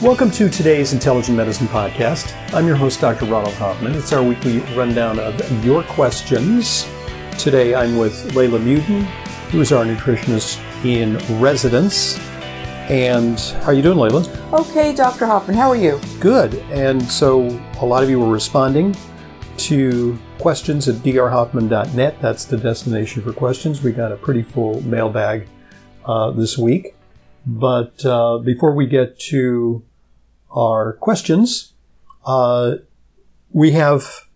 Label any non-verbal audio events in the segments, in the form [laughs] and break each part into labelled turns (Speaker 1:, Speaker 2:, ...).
Speaker 1: Welcome to today's Intelligent Medicine Podcast. I'm your host, Dr. Ronald Hoffman. It's our weekly rundown of your questions. Today I'm with Layla Muden, who is our nutritionist in residence. And how are you doing, Layla?
Speaker 2: Okay, Dr. Hoffman, how are you?
Speaker 1: Good. And so a lot of you were responding to questions at drhoffman.net. That's the destination for questions. We got a pretty full mailbag uh, this week. But uh, before we get to our questions, uh, we have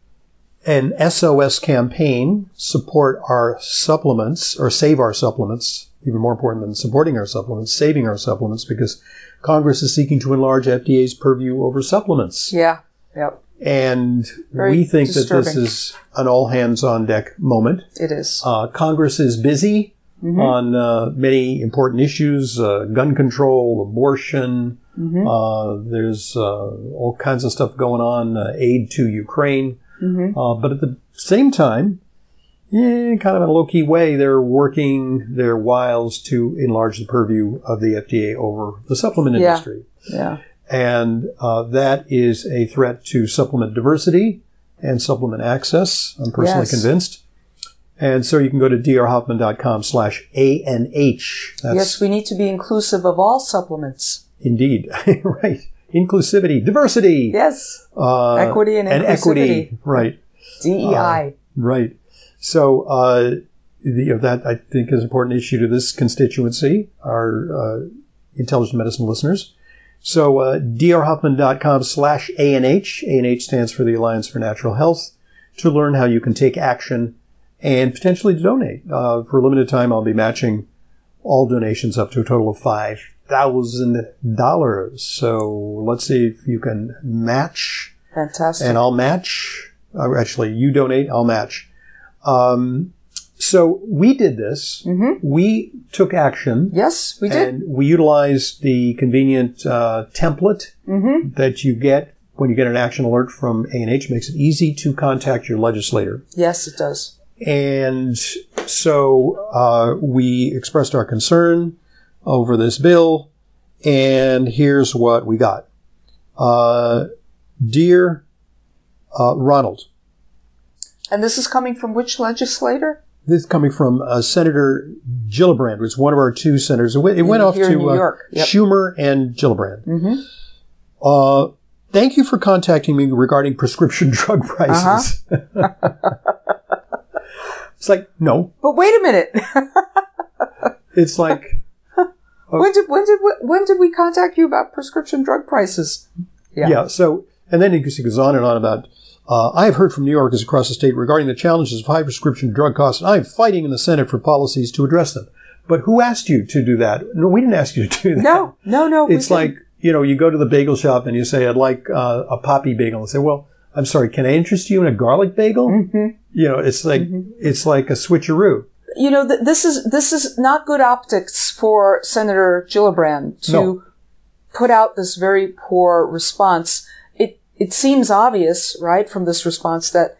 Speaker 1: an SOS campaign support our supplements or save our supplements. Even more important than supporting our supplements, saving our supplements because Congress is seeking to enlarge FDA's purview over supplements.
Speaker 2: Yeah, yep,
Speaker 1: And
Speaker 2: Very
Speaker 1: we think that this
Speaker 2: disturbing.
Speaker 1: is an all hands on deck moment.
Speaker 2: it is.
Speaker 1: Uh, Congress is busy
Speaker 2: Mm-hmm.
Speaker 1: on uh, many important issues uh, gun control, abortion.
Speaker 2: Mm-hmm.
Speaker 1: Uh, there's uh, all kinds of stuff going on, uh, aid to Ukraine.
Speaker 2: Mm-hmm.
Speaker 1: Uh, but at the same time, yeah, kind of in a low key way, they're working their wiles to enlarge the purview of the FDA over the supplement
Speaker 2: Yeah.
Speaker 1: industry
Speaker 2: yeah,
Speaker 1: and uh, that is a threat to supplement diversity and supplement access. I'm personally
Speaker 2: Yes.
Speaker 1: convinced. And so you can go to drhoffman.com slash ANH. That's
Speaker 2: yes, we need to be inclusive of all supplements.
Speaker 1: indeed. [laughs] right. Inclusivity, diversity,
Speaker 2: Yes,
Speaker 1: uh,
Speaker 2: Equity and
Speaker 1: equity.
Speaker 2: inclusivity.
Speaker 1: Right,
Speaker 2: DEI.
Speaker 1: right. So uh, the, you know, that I think is an important issue to this constituency, our uh, intelligent medicine listeners. So, uh, drhoffman.com slash ANH. ANH stands for the Alliance for Natural Health to learn how you can take action and potentially to donate. Uh, for a limited time, I'll be matching all donations up to a total of $5,000. So let's see if you can match
Speaker 2: Fantastic.
Speaker 1: and I'll match. Uh, Actually, you donate, I'll match. Um, so we did this. We took action.
Speaker 2: yes, we did.
Speaker 1: And we utilized the convenient uh, template that you get when you get an action alert from A&H. Makes it easy to contact your legislator.
Speaker 2: yes, it does.
Speaker 1: And so uh, we expressed our concern over this bill, and here's what we got. Uh, dear uh, Ronald,
Speaker 2: And this is coming from which legislator?
Speaker 1: this is coming from uh, Senator Gillibrand, who's one of our two senators. It went, it went off
Speaker 2: Here
Speaker 1: to
Speaker 2: in New
Speaker 1: uh,
Speaker 2: York. Yep. Mm-hmm.
Speaker 1: Schumer and Gillibrand. Uh, thank you for contacting me regarding prescription [laughs] drug prices.
Speaker 2: Uh-huh.
Speaker 1: [laughs] it's like, no.
Speaker 2: But wait a [laughs] minute.
Speaker 1: It's like,
Speaker 2: when did when did we- when did we contact you about prescription drug prices? Yeah.
Speaker 1: Yeah. So, and then it goes- it goes on and on about, uh, I have heard from New Yorkers across the state regarding the challenges of high prescription drug costs, and I am fighting in the Senate for policies to address them. But who asked you to do that? No, we didn't ask you to do that.
Speaker 2: No, no, no.
Speaker 1: [laughs]
Speaker 2: we
Speaker 1: It's
Speaker 2: didn't.
Speaker 1: like, you know, you go to the bagel shop and you say, I'd like uh, a poppy bagel. And say, well, I'm sorry, can I interest you in a garlic bagel?
Speaker 2: Mm-hmm.
Speaker 1: You know, it's like, it's like a switcheroo.
Speaker 2: you know, th- this is this is not good optics for Senator Gillibrand to
Speaker 1: No.
Speaker 2: put out this very poor response. It it seems obvious, right, from this response that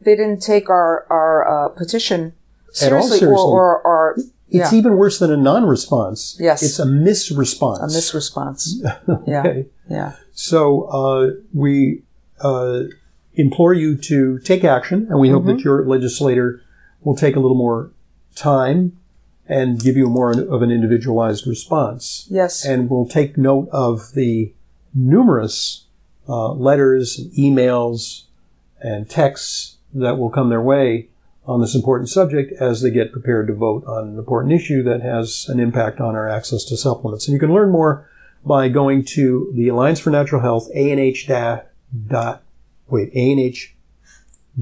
Speaker 2: they didn't take our our uh, petition Seriously, or,
Speaker 1: seriously,
Speaker 2: or, or
Speaker 1: It's
Speaker 2: yeah,
Speaker 1: even worse than a non-response.
Speaker 2: Yes.
Speaker 1: It's a misresponse.
Speaker 2: a
Speaker 1: [laughs]
Speaker 2: misresponse. Yeah,
Speaker 1: Okay.
Speaker 2: yeah.
Speaker 1: So uh, we uh, implore you to take action, and we hope that your legislator will take a little more time and give you more of an individualized response,
Speaker 2: Yes.
Speaker 1: and will take note of the numerous uh, letters, and emails, and texts that will come their way on this important subject as they get prepared to vote on an important issue that has an impact on our access to supplements. And you can learn more by going to the Alliance for Natural Health, ANH da- dot, wait, ANH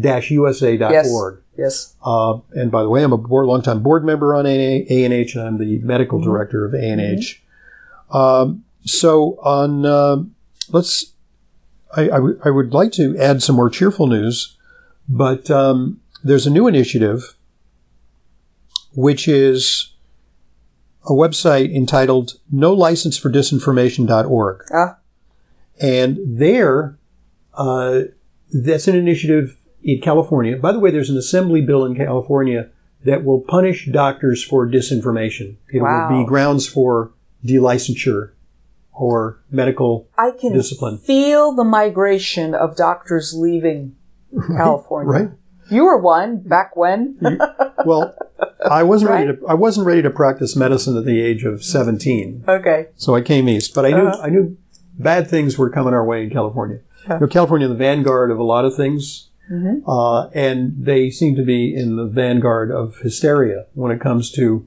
Speaker 1: dash USA dot
Speaker 2: Yes.
Speaker 1: org.
Speaker 2: yes.
Speaker 1: Uh, and by the way, I'm a board, longtime board member on ANH, ANH and I'm the medical director of ANH. Um, so on, uh, let's, I I would- I would like to add some more cheerful news, but um, there's a new initiative, which is a website entitled No License for Disinformation.org.
Speaker 2: Ah.
Speaker 1: And there, uh, that's an initiative in California. By the way, there's an assembly bill in California that will punish doctors for disinformation. It will
Speaker 2: Wow.
Speaker 1: be grounds for delicenture or medical
Speaker 2: I can
Speaker 1: discipline.
Speaker 2: feel the migration of doctors leaving California.
Speaker 1: Right?
Speaker 2: You were one back when.
Speaker 1: Well, I wasn't ready
Speaker 2: Right?
Speaker 1: to I wasn't ready to practice medicine at the age of 17.
Speaker 2: [laughs] okay.
Speaker 1: So I came east, but I knew
Speaker 2: Uh-huh.
Speaker 1: I knew bad things were coming our way in California. You know, California, the vanguard of a lot of things,
Speaker 2: Mm-hmm.
Speaker 1: uh, and they seem to be in the vanguard of hysteria when it comes to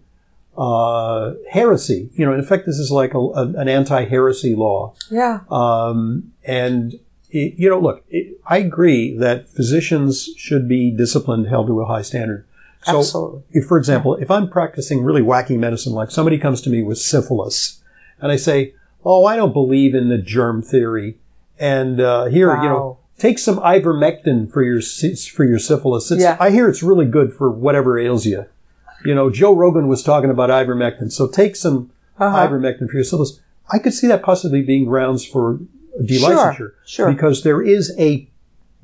Speaker 1: uh, heresy. You know, in effect, this is like a, a- an anti-heresy law.
Speaker 2: Yeah.
Speaker 1: Um, and it, you know, look, it, I agree that physicians should be disciplined, held to a high standard. So,
Speaker 2: Absolutely.
Speaker 1: if, for example, if I'm practicing really wacky medicine, like somebody comes to me with syphilis, and I say, "Oh, I don't believe in the germ theory," and uh, here, you
Speaker 2: Wow.
Speaker 1: know, take some ivermectin for your sy- for your syphilis. It's,
Speaker 2: Yeah.
Speaker 1: I hear it's really good for whatever ails you. You know, Joe Rogan was talking about ivermectin, so take some
Speaker 2: Uh-huh.
Speaker 1: ivermectin for your syphilis. I could see that possibly being grounds for delicenture,
Speaker 2: sure.
Speaker 1: because there is a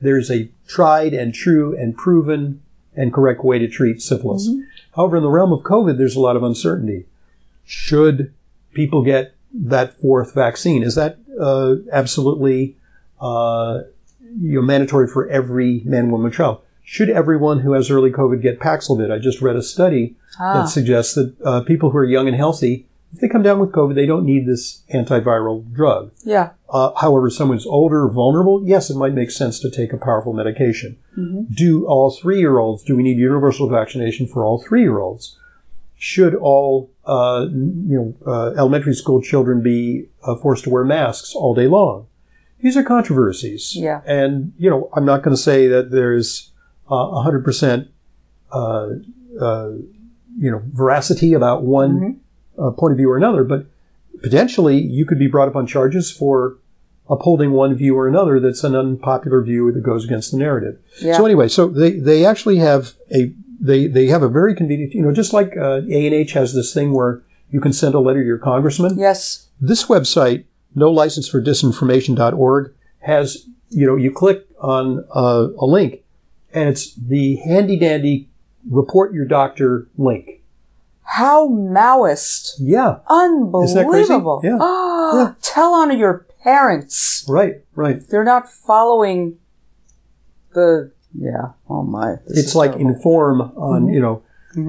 Speaker 1: there's a tried and true and proven and correct way to treat syphilis.
Speaker 2: Mm-hmm.
Speaker 1: However, in the realm of COVID, there's a lot of uncertainty. Should people get that fourth vaccine? Is that uh, absolutely uh, you know, mandatory for every man, woman, child? Should everyone who has early COVID get Paxlovid? I just read a study that
Speaker 2: Ah.
Speaker 1: suggests that uh, people who are young and healthy, if they come down with COVID, they don't need this antiviral drug.
Speaker 2: Yeah.
Speaker 1: Uh, however, someone's older, vulnerable, yes, it might make sense to take a powerful medication. Do all three year olds, do we need universal vaccination for all three year olds? Should all uh, you know, uh, elementary school children be uh, forced to wear masks all day long? These are controversies.
Speaker 2: Yeah.
Speaker 1: And, you know, I'm not going to say that there's uh, 100% uh, uh, you know, veracity about one uh, point of view or another, but potentially you could be brought up on charges for upholding one view or another that's an unpopular view that goes against the narrative.
Speaker 2: Yeah.
Speaker 1: So anyway, so they, they actually have a they they have a very convenient you know just like uh, A&H has this thing where you can send a letter to your congressman.
Speaker 2: yes.
Speaker 1: This website, no license for disinformation.org, has you know you click on uh, a link and it's the handy dandy report your doctor link.
Speaker 2: How Maoist.
Speaker 1: Yeah, that crazy?
Speaker 2: Unbelievable. [gasps]
Speaker 1: Yeah.
Speaker 2: Ah,
Speaker 1: Yeah.
Speaker 2: Tell on your parents.
Speaker 1: right, right.
Speaker 2: They're not following the. Yeah. Oh my. This
Speaker 1: it's
Speaker 2: is
Speaker 1: like
Speaker 2: terrible. Mm-hmm.
Speaker 1: inform on you know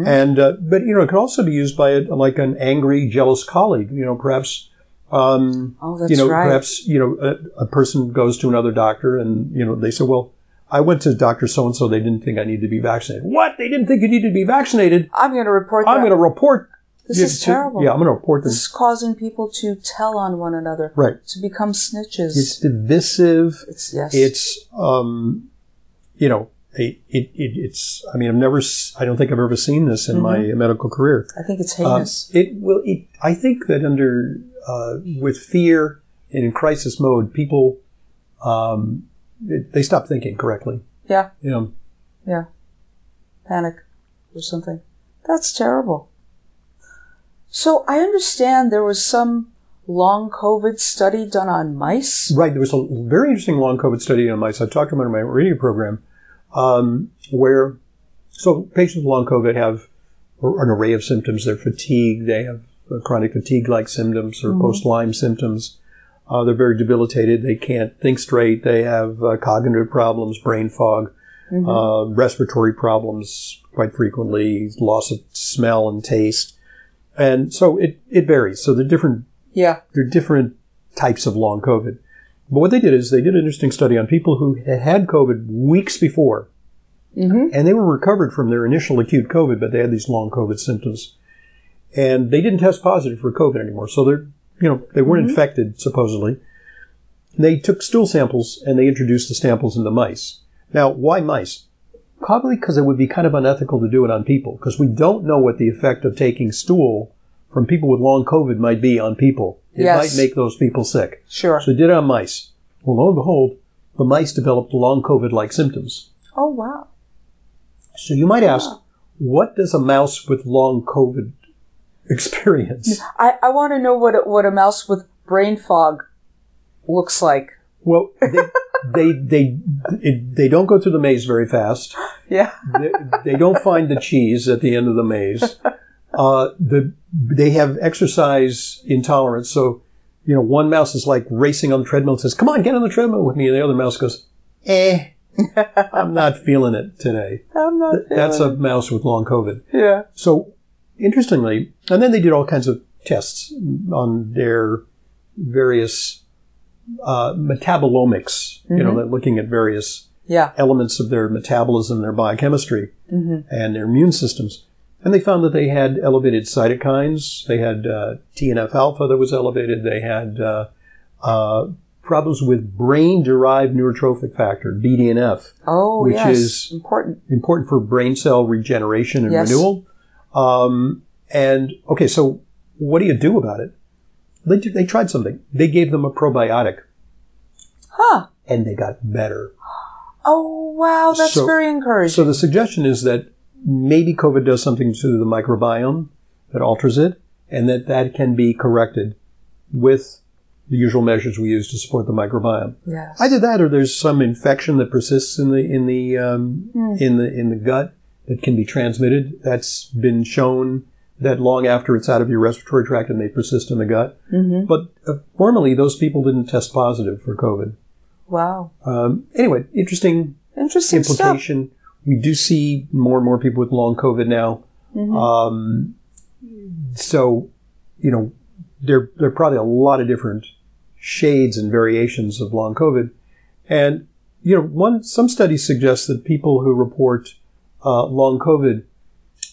Speaker 1: and uh, but you know it can also be used by a, like an angry jealous colleague you know perhaps um,
Speaker 2: Oh, that's
Speaker 1: you know
Speaker 2: right.
Speaker 1: perhaps you know a, a person goes to another doctor and you know they say well i went to doctor so and so they didn't think i needed to be vaccinated what they didn't think you needed to be vaccinated
Speaker 2: I'm going to report.
Speaker 1: i'm
Speaker 2: that.
Speaker 1: going to report
Speaker 2: This
Speaker 1: you
Speaker 2: is
Speaker 1: to-
Speaker 2: terrible.
Speaker 1: yeah i'm going to report
Speaker 2: This
Speaker 1: this
Speaker 2: is causing people to tell on one another.
Speaker 1: right
Speaker 2: To become snitches.
Speaker 1: it's divisive
Speaker 2: It's- yes.
Speaker 1: it's um, you know it, it, it, it's i mean i've never s- i don't think i've ever seen this in my
Speaker 2: Mm-hmm.
Speaker 1: medical career
Speaker 2: I think it's
Speaker 1: Um,
Speaker 2: heinous.
Speaker 1: it will. It, I think that under uh, with fear and in crisis mode, people um, it, they stop thinking correctly.
Speaker 2: yeah.
Speaker 1: You know,
Speaker 2: Yeah. Panic or something. That's terrible. So I understand there was some long COVID study done on mice.
Speaker 1: right? There was a very interesting long COVID study on mice. I talked about it in my radio program um, where So patients with long COVID have an array of symptoms. They're fatigued. They have chronic fatigue-like symptoms or post-Lyme symptoms. Uh, they're very debilitated. They can't think straight. They have uh, cognitive problems, brain fog, uh, respiratory problems quite frequently, loss of smell and taste. And so it, it varies. So there are different
Speaker 2: Yeah.
Speaker 1: there are different types of long COVID. But what they did is they did an interesting study on people who had had COVID weeks before,
Speaker 2: Mm-hmm.
Speaker 1: and they were recovered from their initial acute COVID, but they had these long COVID symptoms, and they didn't test positive for COVID anymore. So they're you know they weren't infected supposedly. They took stool samples and they introduced the samples into mice. Now, why mice? Probably because it would be kind of unethical to do it on people, because we don't know what the effect of taking stool from people with long COVID might be on people. It
Speaker 2: Yes.
Speaker 1: might make those people sick.
Speaker 2: Sure.
Speaker 1: So they did it on mice. Well, lo and behold, the mice developed long COVID like symptoms.
Speaker 2: Oh wow.
Speaker 1: So you might ask, what does a mouse with long COVID [laughs] experience?
Speaker 2: I, I want to know what a, what a mouse with brain fog looks like.
Speaker 1: Well, they, they, they, it, they don't go through the maze very fast.
Speaker 2: Yeah.
Speaker 1: they, they don't find the cheese at the end of the maze. Uh, the, they have exercise intolerance. So, you know, one mouse is like racing on the treadmill and says, come on, get on the treadmill with me. And the other mouse goes, eh, I'm not feeling it today.
Speaker 2: I'm not.
Speaker 1: Th- That's a
Speaker 2: feeling
Speaker 1: mouse with long COVID.
Speaker 2: it. yeah.
Speaker 1: So interestingly, and then they did all kinds of tests on their various uh, metabolomics, you know, they're looking at various
Speaker 2: Yeah.
Speaker 1: elements of their metabolism, their biochemistry,
Speaker 2: Mhm.
Speaker 1: and their immune systems. And they found that they had elevated cytokines. They had uh, TNF alpha that was elevated. They had uh, uh, problems with brain derived neurotrophic factor, BDNF,
Speaker 2: Oh
Speaker 1: Which
Speaker 2: yes.
Speaker 1: is-
Speaker 2: important.
Speaker 1: important for brain cell regeneration and
Speaker 2: Yes.
Speaker 1: renewal. Um, and okay, so what do you do about it? They, did- they tried something. They gave them a probiotic
Speaker 2: Huh.
Speaker 1: and they got better.
Speaker 2: Oh wow. That's
Speaker 1: So-
Speaker 2: very encouraging.
Speaker 1: So the suggestion is that maybe COVID does something to the microbiome that alters it, and that that can be corrected with the usual measures we use to support the microbiome.
Speaker 2: yes.
Speaker 1: Either that, or there's some infection that persists in the in the um, in the in the gut that can be transmitted. That's been shown that long after it's out of your respiratory tract and they persist in the gut.
Speaker 2: Mhm.
Speaker 1: But uh, formally, those people didn't test positive for COVID.
Speaker 2: Wow.
Speaker 1: Um, anyway, interesting
Speaker 2: Interesting stuff.
Speaker 1: implication. We do see more and more people with long COVID now. Um, so, you know, there, there are probably a lot of different shades and variations of long COVID. And, you know, one, some studies suggest that people who report uh, long COVID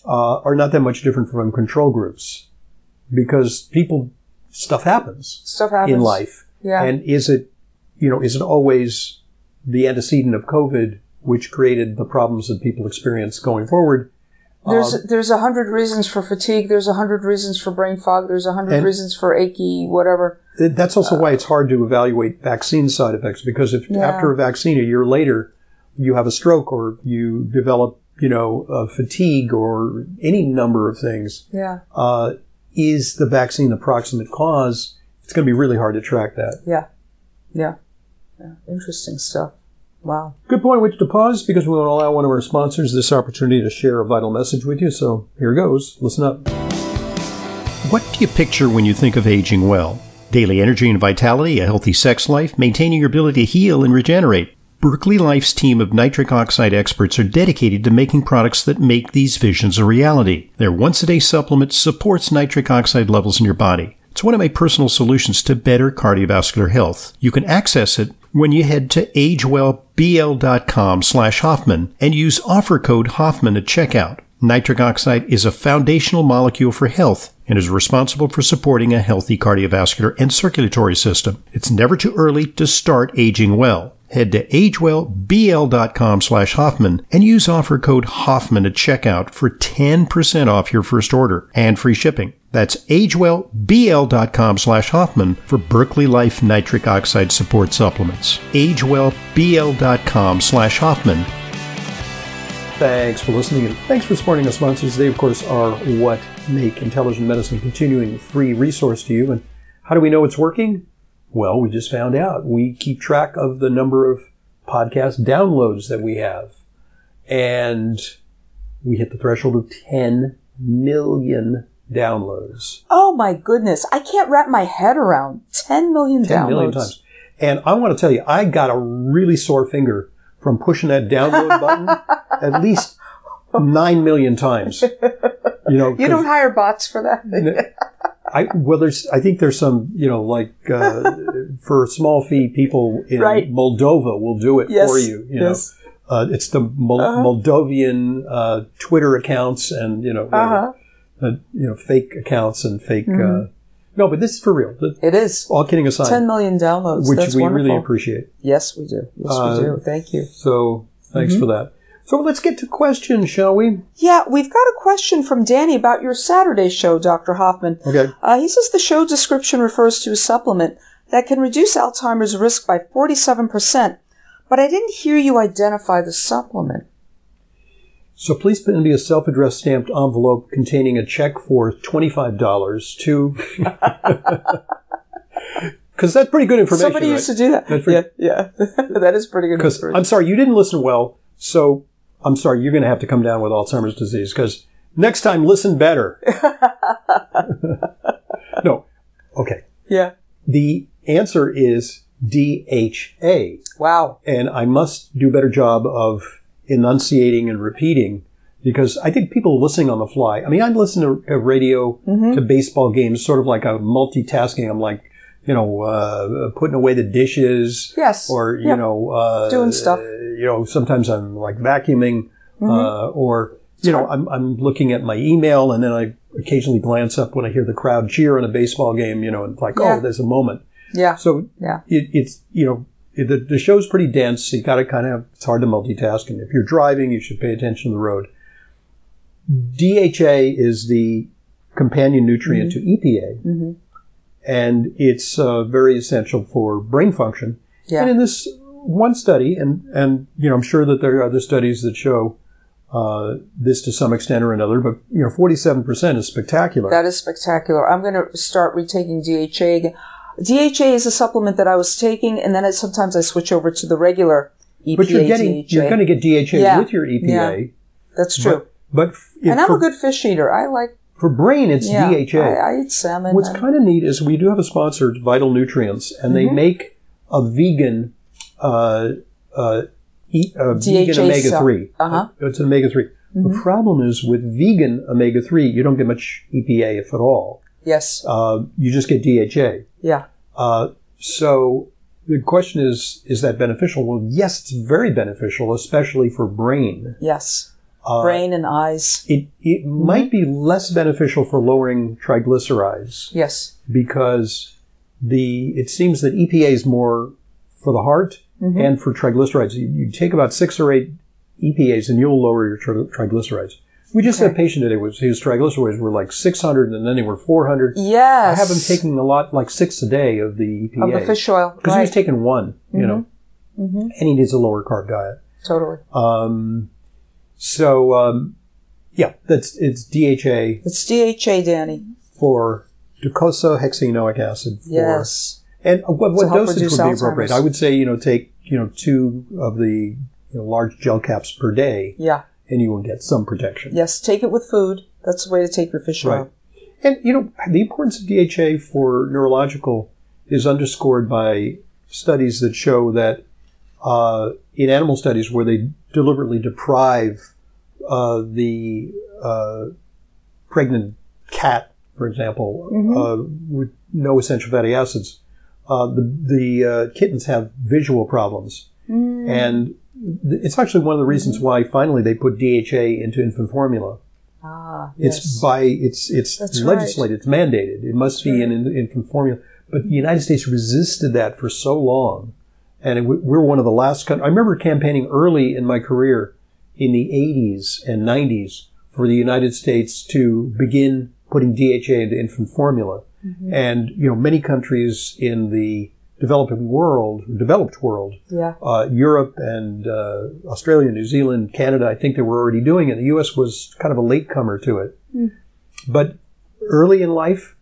Speaker 1: uh, are not that much different from control groups because people, stuff happens
Speaker 2: Stuff happens
Speaker 1: in life.
Speaker 2: Yeah.
Speaker 1: And is it, you know, is it always the antecedent of COVID which created the problems that people experience going forward? Uh,
Speaker 2: There's there's a hundred reasons for fatigue. There's a hundred reasons for brain fog. There's a hundred
Speaker 1: And-
Speaker 2: reasons for achy whatever.
Speaker 1: Th- That's also why it's hard to evaluate vaccine side effects because if
Speaker 2: Yeah.
Speaker 1: after a vaccine a year later you have a stroke or you develop, you know, uh, fatigue or any number of things,
Speaker 2: Yeah,
Speaker 1: uh, is the vaccine the proximate cause? It's going to be really hard to track that.
Speaker 2: yeah, yeah, yeah. Interesting stuff. Wow.
Speaker 1: Good point, which to pause because we want to allow one of our sponsors this opportunity to share a vital message with you. So here goes. Listen up.
Speaker 3: What do you picture when you think of aging well? Daily energy and vitality, a healthy sex life, maintaining your ability to heal and regenerate. Berkeley Life's team of nitric oxide experts are dedicated to making products that make these visions a reality. Their once a day supplement supports nitric oxide levels in your body. It's one of my personal solutions to better cardiovascular health. You can access it when you head to agewellbl.com slash Hoffman and use offer code Hoffman at checkout. Nitric oxide is a foundational molecule for health and is responsible for supporting a healthy cardiovascular and circulatory system. It's never too early to start aging well. Head to agewellbl.com slash Hoffman and use offer code Hoffman at checkout for 10% off your first order and free shipping. That's agewellbl.com slash Hoffman for Berkeley Life Nitric Oxide Support Supplements. agewellbl.com slash Hoffman
Speaker 1: Thanks for listening and thanks for supporting our sponsors. They, of course, are what make intelligent medicine continuing free resource to you. And how do we know it's working? Well, we just found out. We keep track of the number of podcast downloads that we have. And we hit the threshold of 10 million downloads.
Speaker 2: Oh my goodness. I can't wrap my head around 10 million
Speaker 1: 10
Speaker 2: downloads.
Speaker 1: million times. And I want to tell you, I got a really sore finger from pushing that
Speaker 2: [laughs]
Speaker 1: download button at least 9 million times. You know,
Speaker 2: You
Speaker 1: 'cause-
Speaker 2: don't hire bots for that.
Speaker 1: I well, there's I think there's some you know like uh, for a small fee, people in
Speaker 2: Right.
Speaker 1: Moldova will do it
Speaker 2: [laughs] yes.
Speaker 1: for you. you
Speaker 2: yes.
Speaker 1: know? uh, it's the Mol-
Speaker 2: Uh-huh.
Speaker 1: Moldovan uh, Twitter accounts and you know
Speaker 2: Uh-huh.
Speaker 1: uh, you know fake accounts and fake.
Speaker 2: Mhm.
Speaker 1: Uh, no, but this is for real. Th-
Speaker 2: It is.
Speaker 1: All kidding aside,
Speaker 2: 10 million downloads.
Speaker 1: which
Speaker 2: That's
Speaker 1: we
Speaker 2: wonderful.
Speaker 1: really appreciate.
Speaker 2: Yes, we do. Yes,
Speaker 1: Uh,
Speaker 2: we do. Thank you.
Speaker 1: So thanks for that. So let's get to questions, shall we?
Speaker 2: Yeah, we've got a question from Danny about your Saturday show, Dr. Hoffman.
Speaker 1: Okay.
Speaker 2: Uh, he says the show description refers to a supplement that can reduce Alzheimer's risk by 47%, but I didn't hear you identify the supplement.
Speaker 1: So please put me a self-addressed stamped envelope containing a check for twenty-five dollars to. [laughs] Because that's pretty good information.
Speaker 2: Somebody used to do that.
Speaker 1: That's pretty-
Speaker 2: yeah, [laughs] yeah. that is pretty good.
Speaker 1: Because
Speaker 2: information.
Speaker 1: I'm sorry, you didn't listen well. So I'm sorry, you're going to have to come down with Alzheimer's disease. Because next time, listen
Speaker 2: [laughs]
Speaker 1: better. no, okay.
Speaker 2: yeah.
Speaker 1: The answer is DHA.
Speaker 2: Wow.
Speaker 1: and I must do a better job of enunciating and repeating because I think people listening on the fly. I mean, I listen to uh, radio
Speaker 2: Mm-hmm.
Speaker 1: to baseball games, sort of like I'm multitasking. I'm like, you know, uh, putting away the dishes,
Speaker 2: Yes.
Speaker 1: or you
Speaker 2: Yeah.
Speaker 1: know, uh,
Speaker 2: Doing stuff. Mm-hmm.
Speaker 1: You know, sometimes I'm like vacuuming, uh, or you know, I'm, I'm looking at my email, and then I occasionally glance up when I hear the crowd cheer in a baseball game. You know, and it's like,
Speaker 2: Yeah.
Speaker 1: oh, there's a moment.
Speaker 2: Yeah.
Speaker 1: So
Speaker 2: Yeah.
Speaker 1: it, it's you know it, the the show's pretty dense. You got to kind of it's hard to multitask, and if you're driving, you should pay attention to the road. DHA is the companion nutrient to EPA,
Speaker 2: Mhm.
Speaker 1: and it's uh, very essential for brain function. And
Speaker 2: Yeah.
Speaker 1: in this one study, and and you know I'm sure that there are other studies that show. Uh, this to some extent or another, but you know, 47% is spectacular.
Speaker 2: That is spectacular. I'm going to start retaking DHA again. DHA is a supplement that I was taking, and then I, sometimes I switch over to the regular E EPA
Speaker 1: but you're getting,
Speaker 2: DHA.
Speaker 1: you're going to get DHA
Speaker 2: Yeah.
Speaker 1: with your EPA.
Speaker 2: That's true.
Speaker 1: But f- if
Speaker 2: and I'm
Speaker 1: for,
Speaker 2: a good fish eater. I like
Speaker 1: for brain, it's
Speaker 2: yeah,
Speaker 1: DHA.
Speaker 2: I, I eat salmon.
Speaker 1: What's
Speaker 2: I-
Speaker 1: kind of neat is we do have a sponsor, Vital Nutrients, and they
Speaker 2: Mm-hmm.
Speaker 1: make a vegan, uh, uh, eat, uh, vegan
Speaker 2: DHA
Speaker 1: omega
Speaker 2: cell.
Speaker 1: three.
Speaker 2: Uh-huh. Mm-hmm.
Speaker 1: It's an omega 3 The problem is with vegan omega three, you don't get much EPA if at all.
Speaker 2: yes.
Speaker 1: Uh, you just get DHA.
Speaker 2: Yeah.
Speaker 1: Uh, so the question is, is that beneficial? Well, yes, it's very beneficial, especially for brain.
Speaker 2: Yes.
Speaker 1: Uh,
Speaker 2: Brain and eyes.
Speaker 1: It, it
Speaker 2: Mm-hmm.
Speaker 1: might be less beneficial for lowering triglycerides
Speaker 2: Yes.
Speaker 1: because the it seems that EPA is more for the heart
Speaker 2: Mm-hmm.
Speaker 1: and for triglycerides. You, you take about six or eight EPAs and you'll lower your tri- triglycerides. We just had a
Speaker 2: Okay.
Speaker 1: patient today with his triglycerides were like 600 and then they were 400. I
Speaker 2: Yes.
Speaker 1: have him taking a lot, like six a day of the
Speaker 2: of
Speaker 1: EPA
Speaker 2: the fish oil.
Speaker 1: because he was
Speaker 2: Right.
Speaker 1: taking one, you know,
Speaker 2: Mhm.
Speaker 1: and he needs a lower carb diet.
Speaker 2: Totally.
Speaker 1: Um, so um, yeah, that's it's DHA
Speaker 2: It's DHA, Danny.
Speaker 1: for docosahexaenoic acid for
Speaker 2: Yes.
Speaker 1: And what,
Speaker 2: To
Speaker 1: what
Speaker 2: help
Speaker 1: dosage would
Speaker 2: reduce
Speaker 1: be appropriate?
Speaker 2: Alzheimer's.
Speaker 1: I would say, you know, take, you know, two of the you know, large gel caps per day
Speaker 2: Yeah.
Speaker 1: and you will get some protection.
Speaker 2: Yes. Take it with food. That's the way to take your fish
Speaker 1: Right.
Speaker 2: oil.
Speaker 1: And, you know, the importance of DHA for neurological is underscored by studies that show that uh, in animal studies where they deliberately deprive uh, the uh, pregnant cat, for example, uh, with no essential fatty acids, uh, the, the uh, kittens have visual problems. And th- it's actually one of the reasons why finally they put DHA into infant formula.
Speaker 2: Ah.
Speaker 1: It's
Speaker 2: yes.
Speaker 1: by it's it's
Speaker 2: That's right.
Speaker 1: legislated. It's mandated. It must be in in infant formula. But the United States resisted that for so long, and it, we we're one of the last. coun- I remember campaigning early in my career in the '80s and '90s for the United States to begin putting DHA into infant formula,
Speaker 2: Mm-hmm.
Speaker 1: and you know many countries in the developing world, developed world,
Speaker 2: yeah.
Speaker 1: uh, Europe and uh, Australia, New Zealand, Canada, I think they were already doing it. The U.S. was kind of a latecomer to it. But early in life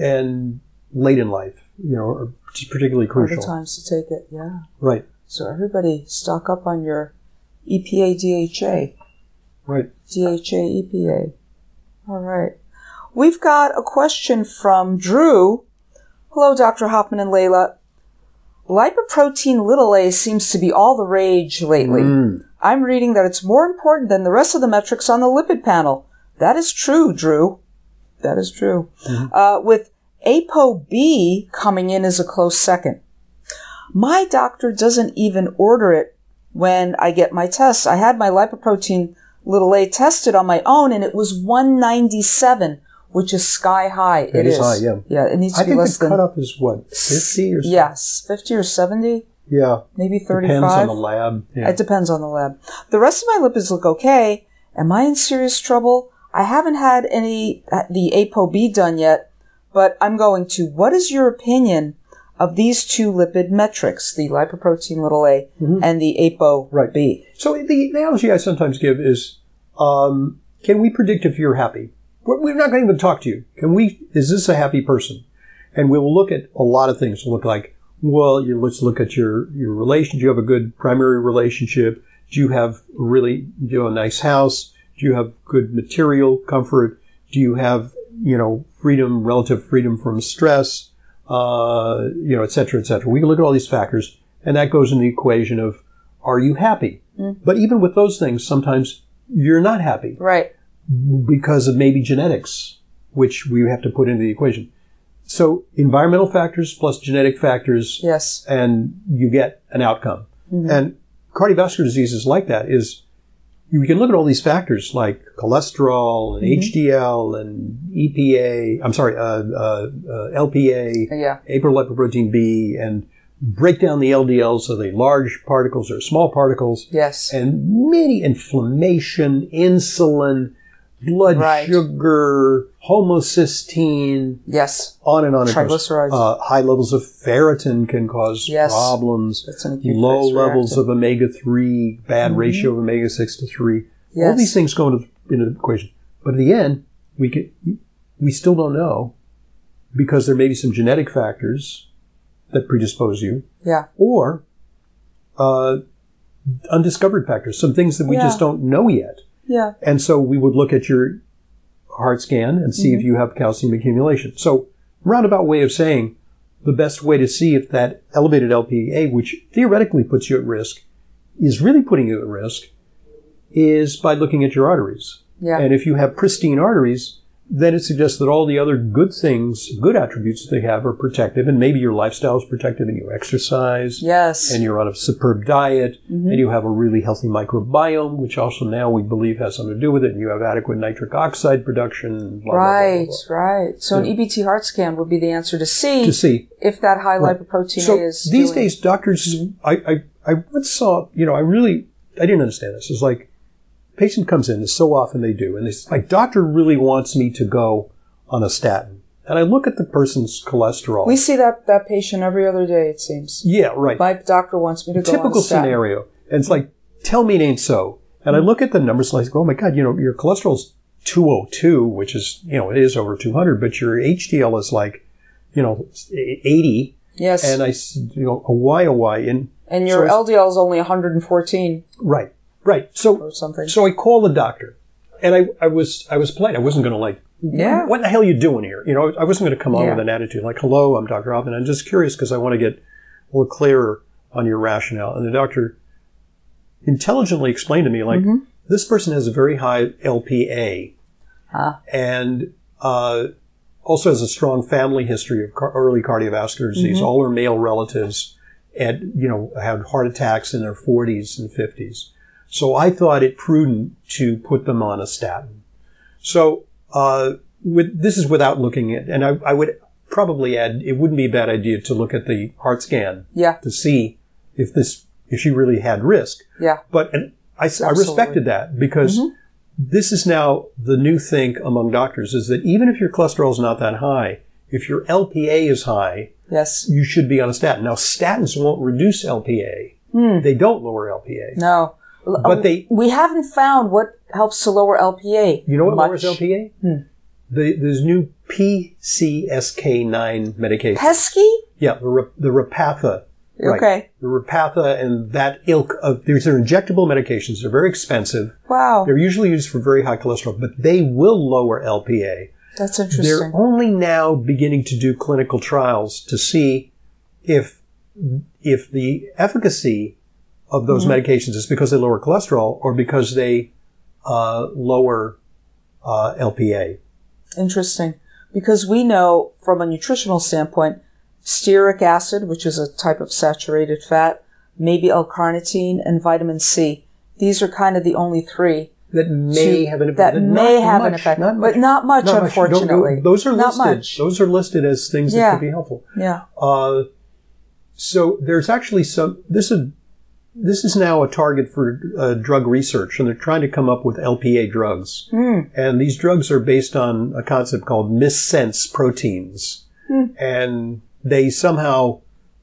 Speaker 1: and late in life, you know, are particularly
Speaker 2: Other
Speaker 1: crucial.
Speaker 2: times to take it. Yeah.
Speaker 1: Right.
Speaker 2: E So everybody, stock up on your EPA, DHA.
Speaker 1: Right.
Speaker 2: DHA, EPA. E All right. We've got a question from Drew. Hello, Dr. Hoffman and Layla. Lipoprotein little a seems to be all the rage lately.
Speaker 1: Mm.
Speaker 2: I'm reading that it's more important than the rest of the metrics on the lipid panel. That is true, Drew. That is true.
Speaker 1: Mm-hmm.
Speaker 2: Uh, with ApoB coming in as a close second. My doctor doesn't even order it when I get my tests. I had my lipoprotein little a tested on my own and it was 197, which is sky high.
Speaker 1: It is high, yeah.
Speaker 2: Yeah, it needs to
Speaker 1: I
Speaker 2: be
Speaker 1: think
Speaker 2: less
Speaker 1: the
Speaker 2: than.
Speaker 1: cutoff is what fifty or something?
Speaker 2: Yes, 50 or 70,
Speaker 1: yeah.
Speaker 2: maybe 35.
Speaker 1: Depends on the lab. Yeah.
Speaker 2: It depends on the lab. The rest of my lipids look okay. Am I in serious trouble? I haven't had any uh, the ApoB done yet, but I'm going to. What is your opinion of these two lipid metrics, the lipoprotein little a
Speaker 1: Mm-hmm.
Speaker 2: and the ApoB?
Speaker 1: Right. So the analogy I sometimes give is, um, can we predict if you're happy? We're we're not going to even talk to you. Can we? Is this a happy person? And we will look at a lot of things. We'll look like, well, you, let's look at your your relationship. Do you have a good primary relationship? Do you have really? Do you have a nice house? Do you have good material comfort? Do you have you know freedom, relative freedom from stress? Uh, you know, et cetera, et cetera. We can look at all these factors, and that goes in the equation of are you happy? But even with those things, sometimes you're not happy
Speaker 2: Right.
Speaker 1: because of maybe genetics, which we have to put into the equation. So environmental factors plus genetic factors,
Speaker 2: Yes.
Speaker 1: and you get an outcome. And cardiovascular diseases like that is you can look at all these factors like cholesterol and HDL and EPA. I'm sorry, uh, uh, uh, LPA
Speaker 2: Yeah.
Speaker 1: apolipoprotein B and break down the LDL so they large particles or small particles
Speaker 2: Yes.
Speaker 1: and many inflammation, insulin, blood
Speaker 2: Right.
Speaker 1: sugar, homocysteine,
Speaker 2: Yes.
Speaker 1: on and on and
Speaker 2: Triglycerides.
Speaker 1: Uh, high levels of ferritin can cause
Speaker 2: Yes.
Speaker 1: problems.
Speaker 2: That's an acute
Speaker 1: Low
Speaker 2: phase
Speaker 1: levels
Speaker 2: reactant.
Speaker 1: of omega three, bad
Speaker 2: Mm-hmm.
Speaker 1: ratio of omega six to three. All
Speaker 2: Yes.
Speaker 1: these things go into the, into the equation. But at the end, we can we still don't know because there may be some genetic factors that predispose you,
Speaker 2: Yeah.
Speaker 1: or uh, undiscovered factors, some things that we
Speaker 2: Yeah.
Speaker 1: just don't know yet.
Speaker 2: Yeah.
Speaker 1: And so we would look at your heart scan and see if you have calcium accumulation. So roundabout way of saying the best way to see if that elevated LPA, which theoretically puts you at risk, is really putting you at risk is by looking at your arteries.
Speaker 2: Yeah.
Speaker 1: And if you have pristine arteries, then it suggests that all the other good things, good attributes that they have are protective and maybe your lifestyle is protective and you exercise
Speaker 2: yes. Mm-hmm.
Speaker 1: and you're on a superb diet and you have a really healthy microbiome, which also now we believe has something to do with it, and you have adequate nitric oxide production. Blah, blah, blah, blah,
Speaker 2: right.
Speaker 1: blah.
Speaker 2: Right. So an EBT heart scan would be the answer to see
Speaker 1: To see.
Speaker 2: if that high
Speaker 1: Right.
Speaker 2: lipoprotein
Speaker 1: So
Speaker 2: is.
Speaker 1: these
Speaker 2: doing-
Speaker 1: days, doctors, I, I, I once saw, you know, I really, I didn't understand this. It's like, patient comes in, and so often they do, and it's like, doctor really wants me to go on a statin. And I look at the person's cholesterol.
Speaker 2: we see that that patient every other day. It seems.
Speaker 1: yeah, right.
Speaker 2: My doctor wants me to go on
Speaker 1: typical
Speaker 2: a statin.
Speaker 1: scenario. And it's like, tell me it ain't so. And I look at the numbers like, oh my God, you know, your cholesterol's 202, which is, you know, it is over 200, but your HDL is like, you know, 80.
Speaker 2: Yes,
Speaker 1: And
Speaker 2: and,
Speaker 1: I, s- you know, a YOY in,
Speaker 2: your
Speaker 1: so
Speaker 2: LDL is only 114
Speaker 1: right, right. So,
Speaker 2: or something.
Speaker 1: so I call the doctor and I, I was, I was polite. I wasn't going to like,
Speaker 2: yeah,
Speaker 1: what the hell you doing here? You know, I wasn't going to come on
Speaker 2: Yeah.
Speaker 1: with an attitude like, hello, I'm Dr. Hoffman. I'm just curious because I want to get a little clearer on your rationale. And the doctor intelligently explained to me, like,
Speaker 2: Mm-hmm.
Speaker 1: this person has a very high LPA
Speaker 2: Ah.
Speaker 1: and uh, also has a strong family history of car- early cardiovascular disease.
Speaker 2: Mm-hmm.
Speaker 1: All her male relatives had, you know, had heart attacks in their 40s and 50s. So I thought it prudent to put them on a statin. So uh, with, this is without looking at, and I, I would probably add, it wouldn't be a bad idea to look at the heart scan
Speaker 2: yeah,
Speaker 1: to see if this if she really had risk.
Speaker 2: yeah,
Speaker 1: But and I, s- I
Speaker 2: Absolutely. Mm-hmm.
Speaker 1: respected that because this is now the new think among doctors is that even if your cholesterol is not that high, if your LPA is high,
Speaker 2: yes.
Speaker 1: you should be on a statin. Now statins won't reduce LPA; they don't lower LPA.
Speaker 2: Hmm. No, L-
Speaker 1: But
Speaker 2: uh,
Speaker 1: they-
Speaker 2: we haven't found what helps to lower LPA.
Speaker 1: You know what
Speaker 2: much. Hmm.
Speaker 1: lowers LPA? The, this new PCSK9 medication.
Speaker 2: Pesky?
Speaker 1: Yeah, the, Ra- the Rapatha Right.
Speaker 2: Okay.
Speaker 1: Repatha and that ilk of these are injectable medications. They're very expensive.
Speaker 2: Wow.
Speaker 1: They're usually used for very high cholesterol, but they will lower LPA.
Speaker 2: That's
Speaker 1: They're
Speaker 2: interesting.
Speaker 1: only now beginning to do clinical trials to see if if the efficacy of those
Speaker 2: Mm-hmm.
Speaker 1: medications is because they lower cholesterol or because they uh, lower uh, LPA.
Speaker 2: Interesting. Because we know from a nutritional standpoint, stearic acid, which is a type of saturated fat, maybe L-carnitine and vitamin C. These are kind of the only three
Speaker 1: That may
Speaker 2: to-
Speaker 1: have an effect.
Speaker 2: that
Speaker 1: but
Speaker 2: may
Speaker 1: not
Speaker 2: have an
Speaker 1: much,
Speaker 2: effect,
Speaker 1: not much.
Speaker 2: but not much,
Speaker 1: Not much. Don't- don't-
Speaker 2: unfortunately.
Speaker 1: Those are
Speaker 2: not
Speaker 1: listed.
Speaker 2: much.
Speaker 1: Those are listed as things that
Speaker 2: Yeah.
Speaker 1: could be helpful.
Speaker 2: Yeah.
Speaker 1: Uh, so there's actually some. This is this is now a target for uh, drug research, and they're trying to come up with LPA drugs.
Speaker 2: Hmm.
Speaker 1: And these drugs are based on a concept called missense proteins,
Speaker 2: Hmm.
Speaker 1: and they somehow,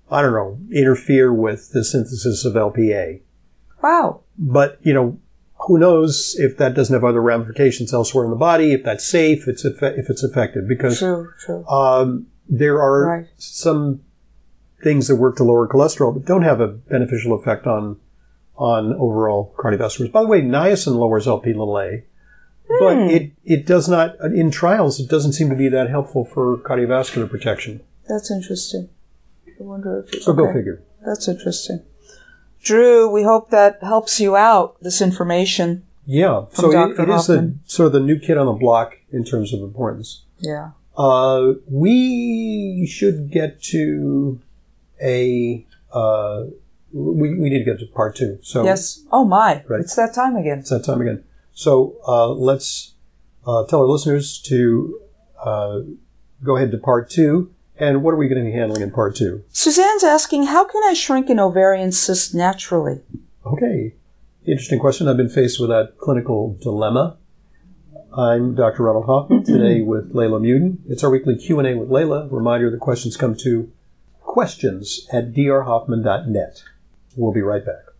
Speaker 1: I don't know, interfere with the synthesis of LPA.
Speaker 2: Wow.
Speaker 1: But you know, who knows if that doesn't have other ramifications elsewhere in the body? If that's safe, it's effe- if it's effective, because
Speaker 2: True. True.
Speaker 1: um, there are
Speaker 2: Right.
Speaker 1: some things that work to lower cholesterol, but don't have a beneficial effect on on overall cardiovascular. risk. By the way, niacin lowers LP little a, but
Speaker 2: Hmm.
Speaker 1: it it does not in trials. It doesn't seem to be that helpful for cardiovascular protection.
Speaker 2: That's interesting. I wonder if.
Speaker 1: So go
Speaker 2: okay.
Speaker 1: figure.
Speaker 2: That's interesting. Drew, we hope that helps you out. This information.
Speaker 1: Yeah.
Speaker 2: From
Speaker 1: So it,
Speaker 2: Dr.
Speaker 1: it is the
Speaker 2: Hoffman.
Speaker 1: sort of the new kid on the block in terms of importance.
Speaker 2: Yeah.
Speaker 1: Uh, we should get to a. Uh, we, we need to get to part two. So
Speaker 2: yes. Oh my!
Speaker 1: Right.
Speaker 2: It's that time again.
Speaker 1: It's that time again. So uh, let's uh, tell our listeners to uh, go ahead to part two. And what are we going to be handling in part two?
Speaker 2: Suzanne's asking, how can I shrink an ovarian cyst naturally?
Speaker 1: Okay, interesting question. I've been faced with that clinical dilemma. I'm Dr. Ronald Hoffman today with Layla Muden. It's our weekly Q and A with Layla. Reminder: the questions come to questions at drhoffman.net. We'll be right back.